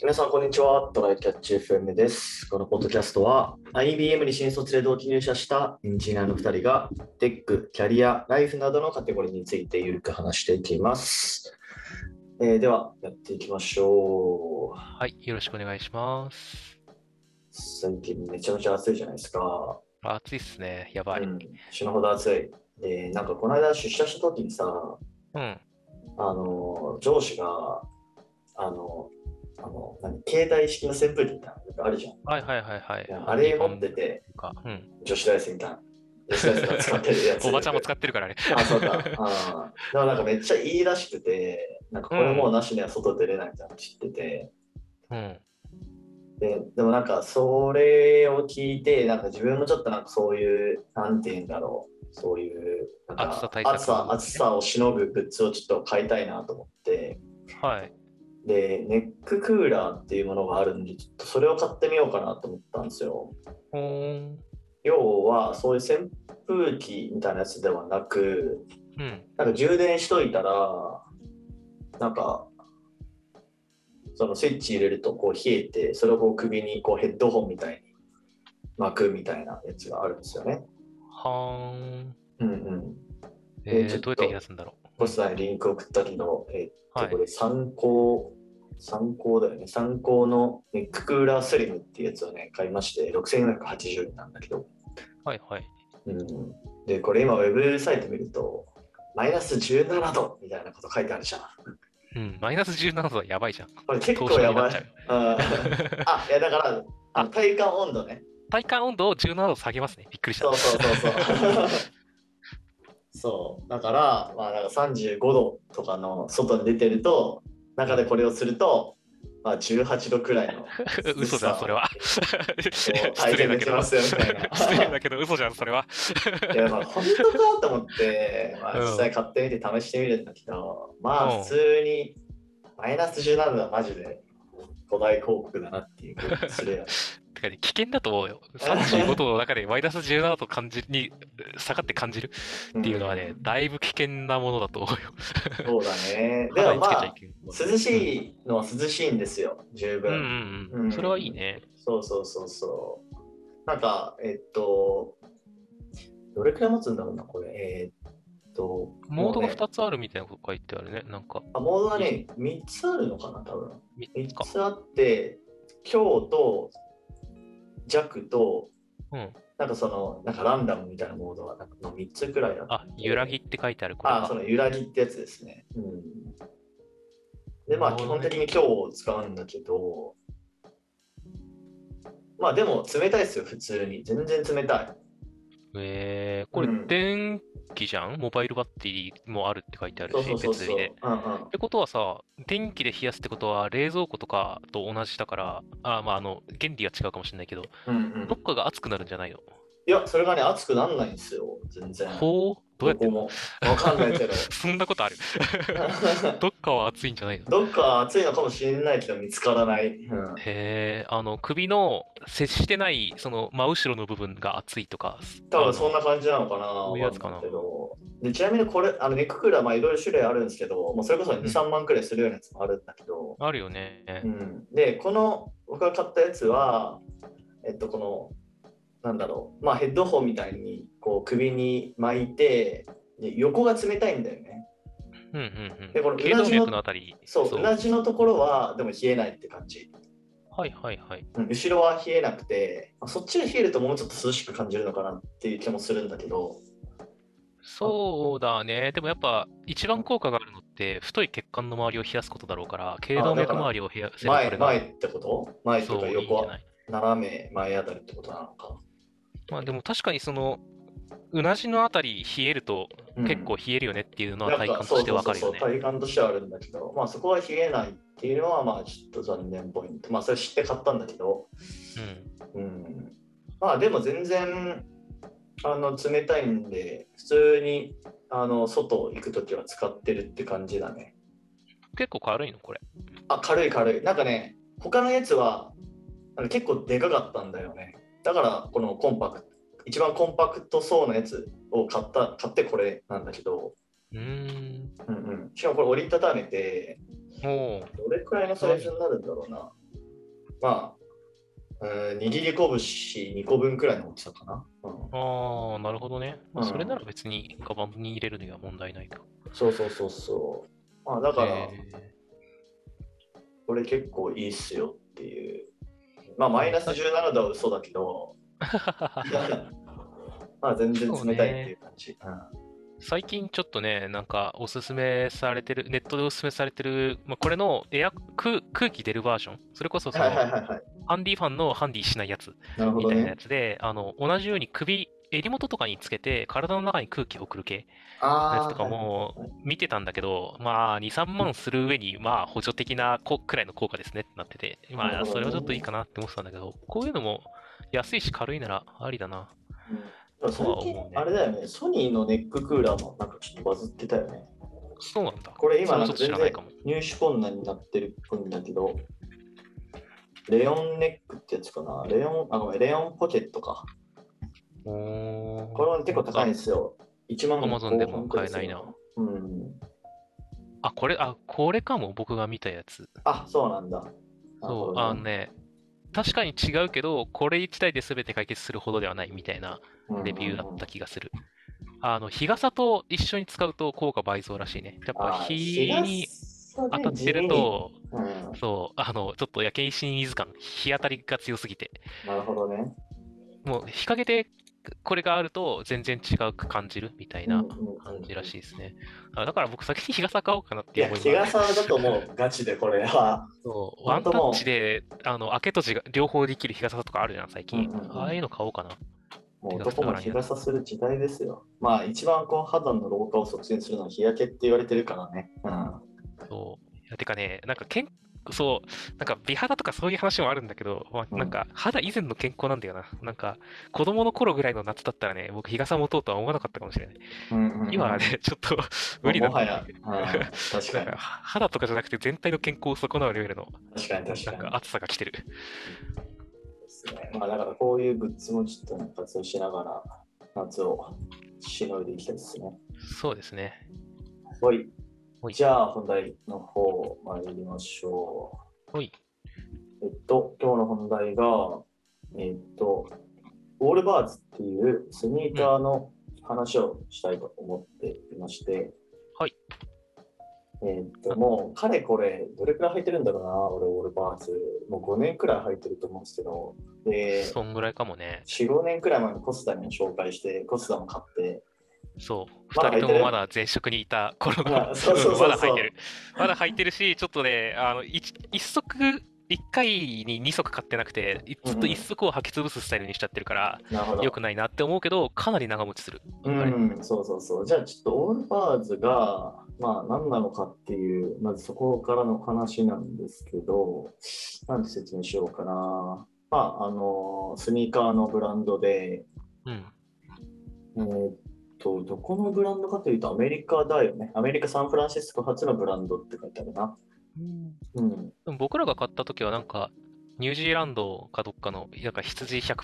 皆さん、こんにちは。トライキャッチ FM です。このポッドキャストは、IBM に新卒で同期入社したエンジニアの2人が、テック、キャリア、ライフなどのカテゴリーについてゆるく話していきます。えーでは、やっていきましょう。はい、よろしくお願いします。最近めちゃめちゃ暑いじゃないですか。あ暑いっすね。やばい。ううん。ん、死ぬほど暑い。で、なんかこの間出社した時にさ、あの上司があのあの何携帯式の扇風機みたいなのがあるじゃんいはいはいはいはい。や。あれ日本持っててとか。うん。女子大生みたいな。女子大生が使ってるやつ。おばちゃんも使ってるからね。あ、そうだ。あーでもなんかめっちゃいいらしくて、なんかこれもうなしには外出れないみたいなの知ってて。うん。ででもなんかそれを聞いて、なんか自分もちょっとなんかそういう、なんて言うんだろう、そういうなんか暑さ対策暑さ暑さをしのぐグッズをちょっと買いたいなと思って、はい。で、ネッククーラーっていうものがあるんで、ちょっとそれを買ってみようかなと思ったんですよ。ほーん。要は、そういう扇風機みたいなやつではなく、うん。なんか充電しといたら、なんか、そのスイッチ入れるとこう冷えて、それをこう首にこうヘッドホンみたいに巻くみたいなやつがあるんですよね。はーん。うんうん。ええーちょー、っどうやとって開すんだろポスターにリンク送ったけど、えう。はこい。れ参考、参考だよね。参考のネッククーラースリムっていうやつをね、買いまして、6480円なんだけど。はいはい。うん、で、これ今、ウェブサイト見ると、マイナス17度みたいなこと書いてあるじゃん。うん。マイナス17度はやばいじゃん。これ結投構資やになばっちゃい。う。あーあ、いやだから、あの体感温度ね。体感温度を17度下げますね。びっくりした。。そうそうそうそう。 そう、だから、まあ、なんか35度とかの外に出てると、中でこれをすると、まあ、18度くらいの 嘘だ、それは。失 礼だけど。体験できますよみたいな失礼だけど、嘘じゃん、それは。いやまあ本当かと思って、まあ、うん実際買ってみて試してみるんだけど、まうあん普通にマイナス17はマジで古代広告だなっていう感じするよねてかね、危険だと 思うよ。35度の中でマイナス17度感じに下がって感じる っていうのはね、だいぶ危険なものだと思うよ。うんそうだねで肌もにまつけちゃいあけない。涼しいのは涼しいんですよ十うん分、うんう。うんんそれはいいね。そうそうそうそうなんかえっとどれくらい持つんだろうなこれえっとモーもドがうね2つあるみたいなこと書いてあるね。なんか、あモードがね3つあるのかな多分3 3つか。つあって強と弱とうん。なんかそのなんかランダムみたいなモードがなんかの3つくらいあってあ、揺らぎって書いてある。これあそかの揺らぎってやつですね、うん、でまあな基るほ本どね的に強を使うんだけどまあでも冷たいですよ普通に全然冷たいえー、これうん電気じゃんモバイルバッテリーもあるって書いてあるそうしそう、そう別そう、売りで。っうんうんてことはさ、電気で冷やすってことは冷蔵庫とかと同じだから、あ、まあ、あの、原理は違うかもしれないけど、うんうんどっかが熱くなるんじゃないのいやそれがね熱くなんないんですよ全然ほうどうやってこもわかんないけど そんなことあ る どっかは熱いんじゃないのどっか暑いのかもしれないけど見つからない、うんへえ、あの、首の接してない、その、真後ろの部分が熱いとか。多分そんな。な感じなのかな。そういうやつかなわんいけどでちなみにこれ、あのネッククーラー、まあいろいろ種類あるんですけど、もうそれこそ2、うん3万くらいするようなやつもあるんだけど、あるよね。うん、で、この僕が買ったやつは、えっと、この、なんだろう、まあヘッドホンみたいにこう首に巻いて、で横が冷たいんだよね。うんうんでこうん。の頸裏動地の脈のあたり。そう、同じのところは、でも冷えないって感じ。はいはいはい。うん後ろは冷えなくて、まあそっちが冷えるともうちょっと涼しく感じるのかなっていう気もするんだけど、そうだね。でもやっぱ、一番効果があるのって、太い血管の周りを冷やすことだろうから、頸動だか脈ら周りを冷やせばこ前、れが前ってこと前とそかう、いいん横じはゃ。ない斜め前あたりってことなのか。まあでも確かにその、うなじのあたり冷えると、うん結構冷えるよねっていうのなはんか体感としてわかるよねそうそうそう。体感としてはあるんだけど、まあそこは冷えないっていうのは、まあちょっと残念ポイント。まあそれ知って買ったんだけど、うん。うん。まあでも全然、あの、冷たいんで、普通に、あの、外行くときは使ってるって感じだね。結構軽いの、これ。あ、軽い軽い。なんかね、他のやつは、あの結構でかかったんだよね。だから、このコンパクト、一番コンパクトそうなやつを買った、買ってこれなんだけど、うーん。うんうん、しかもこれ折りたためて、おーどれくらいのサイズになるんだろうな。まあ、うん握り拳2個分くらいの大きさかな。うんああ、なるほどね。まあうんそれなら別にカバンに入れるには問題ないか。そうそうそうそう。まあ、だから、えーこれ結構いいっすよっていう。まあ、マイナス17度は嘘だけ ど、まあ、全然冷たいっていう感じ。最近ちょっとね、なんかおすすめされてる、ネットでおすすめされてる、まあ、これのエア空空気出るバージョン、それこそうんその、はいはいはいはい。ハンディファンのハンディしないやつなるほみどたいなねや。つで、あの同じように首、襟元とかにつけて、体の中に空気を送る系のやああ、つとかもはい見てたんだけど、まあ、2、3万する上に、まあ、補助的なこくらいの効果ですねってなってて、なまるあ、ほどそねれはちょっといいかなって思ってたんだけど、こういうのも安いし軽いならありだな。うんでも最近そうねあれだよね、ソニーのネッククーラーもなんかちょっとバズってたよね。そうなんだ。これそ今れなはんかちょっと知全らない然かも。入手困難になってるっぽいんだけど、レオンネックってやつかな。レオン、あ、ごめん、レオンポケットか。おーこれは結構高いんですよ。1万 Amazon でも買えないな。うん。あ、これ、あ、これかも、僕が見たやつ。あ、そうなんだ。なるそほう、あどねのね、確かに違うけど、これ1台で全て解決するほどではないみたいなレビューだった気がする。あの、日傘と一緒に使うと効果倍増らしいね。やっぱ日に当当たってる、と、うんうんそう、あの、ちょっと夜景シーンイズ感、日当たりが強すぎて、なるほどね。もう日陰でこれがあると全然違うく感じるみたいな感じらしいい。ですね。あだから僕先に日傘買おうかなっいていうや、思い日がある傘だともうガチでこれは。そう、ワ本ンタ当もうッチで、あの、開け閉じが両方できる日傘とかあるじゃん、最近うんうんう。んああいうの買おうかな。もう男も日傘する時代ですよ。まあ一番こう肌の老化を促進するのは日焼けって言われてるからね。うん。そう。いやてかね、なんか健そう、なんか美肌とかそういう話もあるんだけど、まうあ、んなんか肌以前の健康なんだよな。なんか子供の頃ぐらいの夏だったらね、僕日傘持とうとは思わなかったかもしれない。うんうんうん今は ね、ちょっと無理だもっはたや、うん、 確なかんにか肌とかじゃなくて全体の健康を損なうレベルの確かに確かなんにか暑さが来てる。ですねまあだからこういうグッズもちょっとね活用しながら夏をしのいでいきたいですね。そうですね。はいほ。いじゃあ本題の方参りましょほい。う。えっと、今日の本題が、えっと、ウォールバーズっていうスニーカーの話をしたいと思っていまして、はい。えっと、もう、かれこれ、どれくらい履いてるんだろうな、俺、ウォールバーズ。もう5年くらい履いてると思うんですけど、で、そんぐらいかもね。 4、5年くらい前にコスダにも紹介して、コスダも買って、そう、まだ2履い人とてるもまだ前職にいた頃の、あ うんそうそうそうそうまだ履いてる。まだ履いてるし、ちょっとね、あの 1, 足、1回に2足買ってなくて、いずっと1足を履き潰すスタイルにしちゃってるから、なるほど。良くないなって思うけど、かなり長持ちする。うん、そうそうそう。じゃあちょっとオールバーズが、まあ何なのかっていう、まずそこからの話なんですけど、なんて説明しようかな。まあ、あの、スニーカーのブランドで、うん。えーっと、どこのブランドかというとアメリカだよね。アメリカ・サンフランシスコ発のブランドって書いてあるな。うん。でも僕らが買った時は、なんか、ニュージーランドかどっかの、なんか羊100%、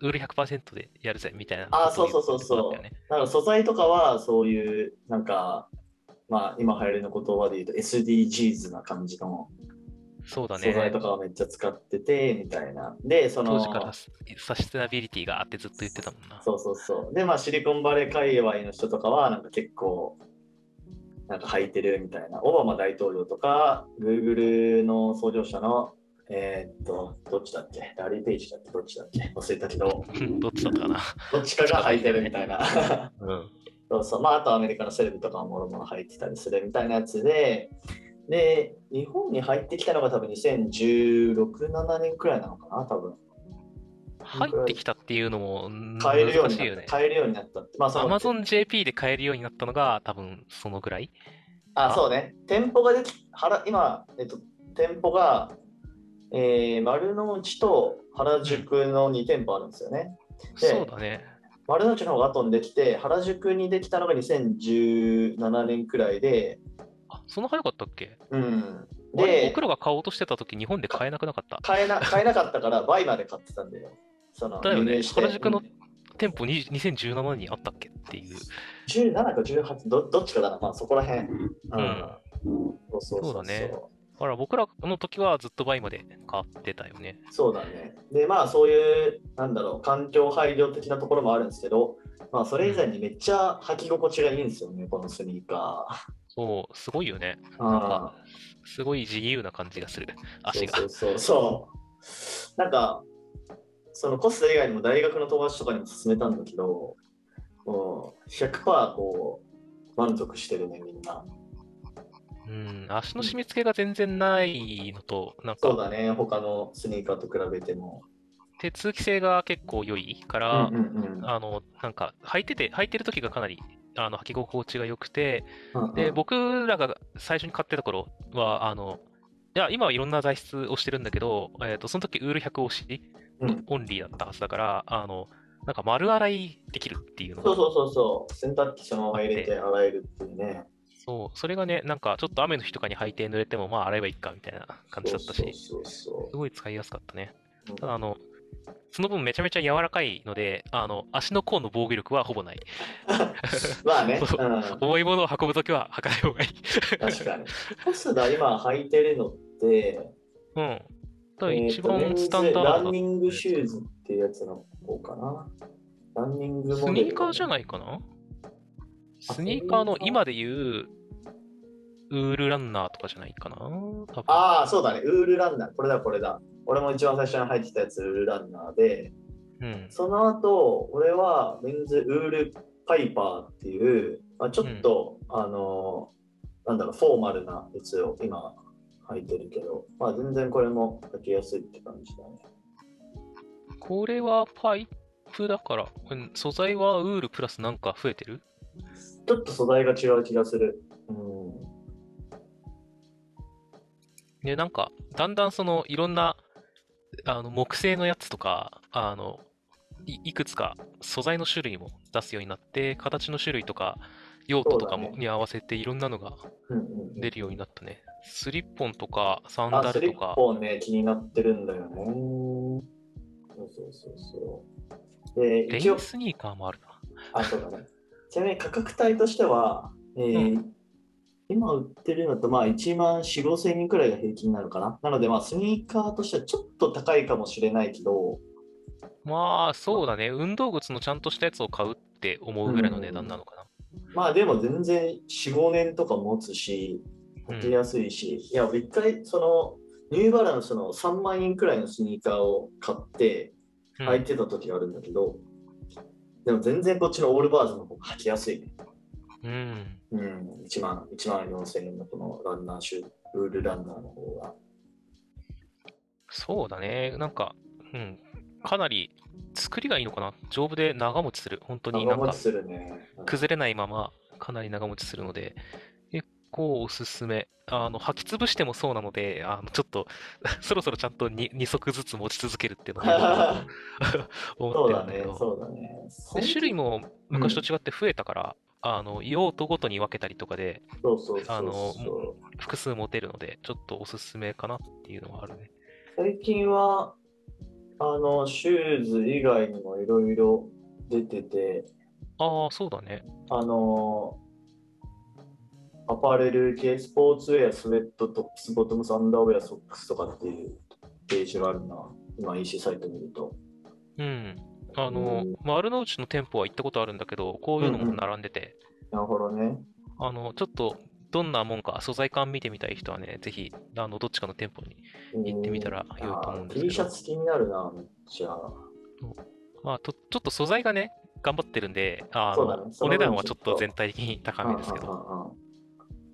ウール100%でやるぜみたいなことを言あっ。ーそうそうそうそうだったよねだから素材とかはそういう、なんか、まあ今流行りの言葉で言うと SDGs な感じのそうだ素材ねと。かをめっちゃ使ってて、みたいな。で、そ当の、時からササステナビリティがあってずっと言ってたもんな。そうそうそう。で、まあ、シリコンバレー界隈の人とかは、なんか結構、なんか履いてるみたいな。オバマ大統領とか、Google の創業者の、えーっと、どっちだっけラリー・ペイジだっけどっちだっけ忘れたけど、どっちだったかな。どっちかが履いてるみたい な。うん。そうそう。まあ、あとアメリカのセレブとかもろもろ入ってたりするみたいなやつで、で、日本に入ってきたのが多分2016、7年くらいなのかな、多分。入ってきたっていうのもうん買えるよう難にしいなよった。ね。買えるようになったって。まあ、その AmazonJP で買えるようになったのが多分そのぐらい。あ、そうね。店舗ができ、原今、えっと、店舗が、えー丸の内と原宿の2店舗あるんですよね。でそうだね。丸の内の方が後にできて、原宿にできたのが2017年くらいで、あ、そんな早かったっけうん。あれで僕、らが買おうとしてた時日本で買えなくなかった。買えな買えなかったから、バイまで買ってたんだよ。そのだよね輸入して原宿のうん店舗に2017にあったっけっていう。 17か18ど、どっちかだな、まあ、そこら辺。うんんそうそうそうそうだねほら、僕らの時はずっと倍まで買ってたよね。そうだね。で、まあそういう、なんだろう、環境配慮的なところもあるんですけど、まあそれ以前にめっちゃ履き心地がいいんですよね、このスニーカそう、すごいよね。ー。なんか、すごい自由な感じがする、足が。そうそうそうそう。なんか、そのコスト以外にも大学の友達とかにも勧めたんだけど、もう100%こう満足してるね、みんな。うん、足の締め付けが全然ないのと、なんそうか、だね、他のスニーカーと比べても。で通気性が結構良いかうら、んうんあの、なんか、履いてて、履いてる時がかなり、あの、履き心地が良くて、うんで、僕らが最初に買ってた頃は、あの、いや、今はいろんな材質をしてるんだけど、えっ、と、その時ウール100推し、うんオンリーだったはずだから、あの、なんか丸洗いできるっていうのそがう、そうそうそう、洗濯機そのまま入れて洗えるっていうね。そう、それがね、なんかちょっと雨の日とかに履いて濡れても、まあ洗えばいいかみたいな感じだったし、すそうそうごい使いやすかったね。そうただ、あの、その分めちゃめちゃ柔らかいので、あの、足の甲の防御力はほぼない。まあね、う、そうん重いものを運ぶときは履かない方がいい。確かに。コスダ今履いてるのって、うん。ただえーと一番メンズスタンダードだランニングシューズっていうやつの方かな。ランニングスモデルニーカーじゃないかなスニーカーの今で言う、ウールランナーとかじゃないかな多分ああ、そうだね。ウールランナー。これだ、これだ。俺も一番最初に入ってたやつ、ウールランナーで、うん。その後、俺はメンズウールパイパーっていう、まあ、ちょっと、あのー、なんだろう、フォーマルなやつを今履いてるけど、まあ全然これも履きやすいって感じだね。これはパイプだから、うん素材はウールプラスなんか増えてるちょっと素材が違う気がする。うん。で、なんか、だんだんその、いろんな、あの、木製のやつとか、あの、いいくつか素材の種類も出すようになって、形の種類とか、用途とかそうだもねに合わせていろんなのがうんうんうん出るようになったね。スリッポンとか、サンあ、ダスルリとッか。ポンね、気になってるんだよね。そうそうそうそう。で、レ一イ応ン、スニーカーもあるな。あ、そうだね。ちなみに価格帯としては、えー今売ってるのだと、まあ1万4、5千円くらいが平均なのかな。なので、まあスニーカーとしてはちょっと高いかもしれないけど、まあ、そうだね。運動靴のちゃんとしたやつを買うって思うぐらいの値段なのかまあでも全然4、5年とか持つし、な。う履きんやすいし、いや、一回、その、ニューバランスの3万円くらいのスニーカーを買って、うん履いてた時があるんだけど、でも全然こっちのオールバーズの方が履きやすいね。うん。うん、1万、1万4千円のこのランナーシュー、ウールランナーの方が。そうだね。なんか、うん。かなり作りがいいのかな。丈夫で長持ちする。本当にな長ん持かちするね。崩れないままかなり長持ちするので、結構おすすめ。あの、履き潰してもそうなので、あの、ちょっと、 そろそろちゃんと 2, 2足ずつ持ち続けるっていう のが思 そうってるだんだけねど。、そうだね。で種類もも昔と違って増えたから、あの用途ごとに分けたりとかでそうそうそうそうあの複数持てるので、ちょっとおすすめかなっていうのはあるね。最近は、あの、シューズ以外にもいろいろ出てて、ああ、そうだね。あのーアパレル系、スポーツウェア、スウェット、トップス、ボトムス、アンダーウェア、ソックスとかっていうページがあるな。今 EC サイト見ると。うん。あのうん、丸の内の店舗は行ったことあるんだけど、こういうのも並んでて、なるほどね。あの、ちょっとどんなもんか素材感見てみたい人はね、ぜひ、あの、どっちかの店舗に。行ってみたらうん良いと思うんですけどあー T シャツ気になるな、めっちゃ。まあ、とちょっと素材がね、頑張ってるんで、あそうだのね、そおの分値段はちょっちょっとと全体的に高めですけうんうど、んうんうん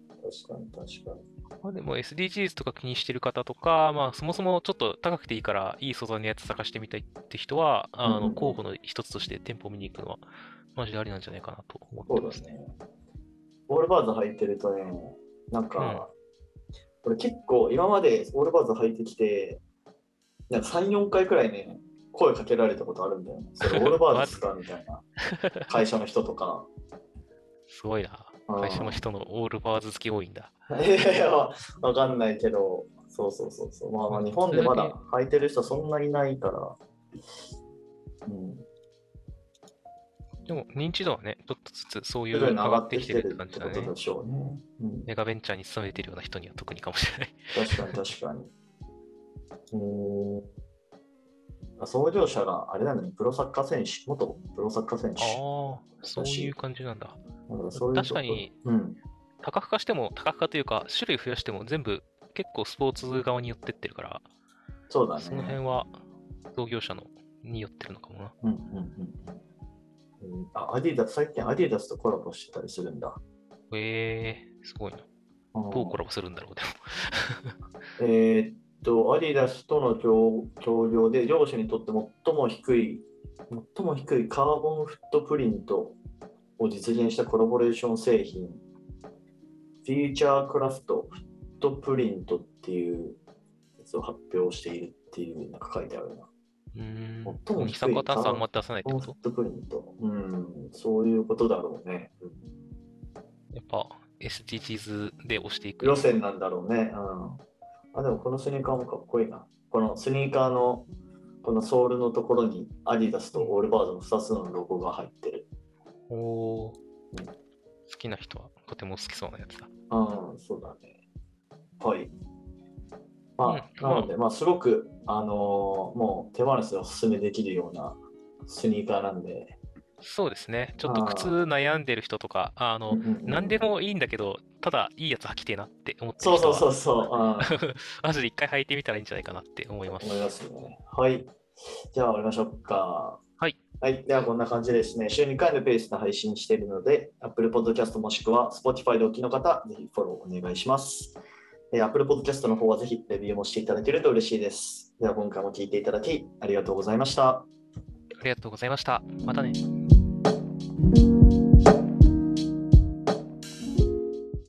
確かに確かに。まあ、でも SDGs とか気にしてる方とか、まあ、そもそもちょっと高くていいから、いい素材のやつ探してみたいって人は、あうんうんうの、ん候補の一つとして店舗見に行くのは、マジでありなんじゃないかなと思そってうますだね。ね。オールバーズ履いてるとね、なんか、俺結構今までオールバーズ履いてきて、なんか3、4回くらいね、声かけられたことあるんだよね。 それオールバーズですかみたいな。会社の人と か。すごいな。うん会社の人のオールバーズ好き多いんだ。いやいや、わかんないけど、そうそうそうそう。まあまあ、日本でまだ履いてる人そんなにいないから。うん。ででも認知度はね、ちょっとずつそうい徐う々に上上ががっっててききててるるってっ感じてだことねで。しょうね。うん、メガベンチャーに勤めてるような人には特にかもしれない。確かに確かに。うーん。創業者があれなんだね、プロサッカー選手、元プロサッカー選手。ああ、そういう感じなんだ。だからそういうこと確かに。うん。多角化しても、多角化というか、種類増やしても全部結構スポーツ側に寄ってってるから、そうだね。その辺は同業者のに寄ってるのかもな。うんうんうんうんうん。あ、アディダス、最近アディダスとコラボしてたりするんだ。えー、すごいな。どうコラボするんだろう、でも。えーっと、アディダスとの協協業で、両者にとって最も低い、最も低いカーボンフットプリントを実現したコラボレーション製品、フューチャークラフトフットプリントっていうやつを発表しているっていう、なんか書いてあるな。うーん。最も低い二酸化炭素あんま出さないっカてーボこンフとットプリント。うん、そういうことだろうね。うんやっぱ SDGs で押していく。路線なんだろうね。うん、あでもこのスニーカーもかっこいいな。このスニーカーのこのソールのところにアディダスとオールバードの2つのロゴが入ってる。おー好きな人はとても好きそうなやつだ。うん、そうだね。はい。まうんあ、なので、まあ、すごく、あのーもう手放しでおすすめできるようなスニーカーなんで。そうですね。ちょっとあー靴悩んでる人とか、あの、何でもいいんだけど、ただいいやつ履きてえなって思ってそるうそ人うそは、うそう。マジで一回履いてみたらいいんじゃないかなって思いうん、ます。思いますね。はい。じゃあ終わりましょうか。はい。はい。では、こんな感じですね。週2回のペースで配信しているので、Apple Podcast もしくは Spotify でお聞きの方、ぜひフォローお願いします。えー Apple Podcast の方はぜひレビューもしていただけると嬉しいです。では、今回も聞いていただき、ありがとうございました。ありがとうございました。またね。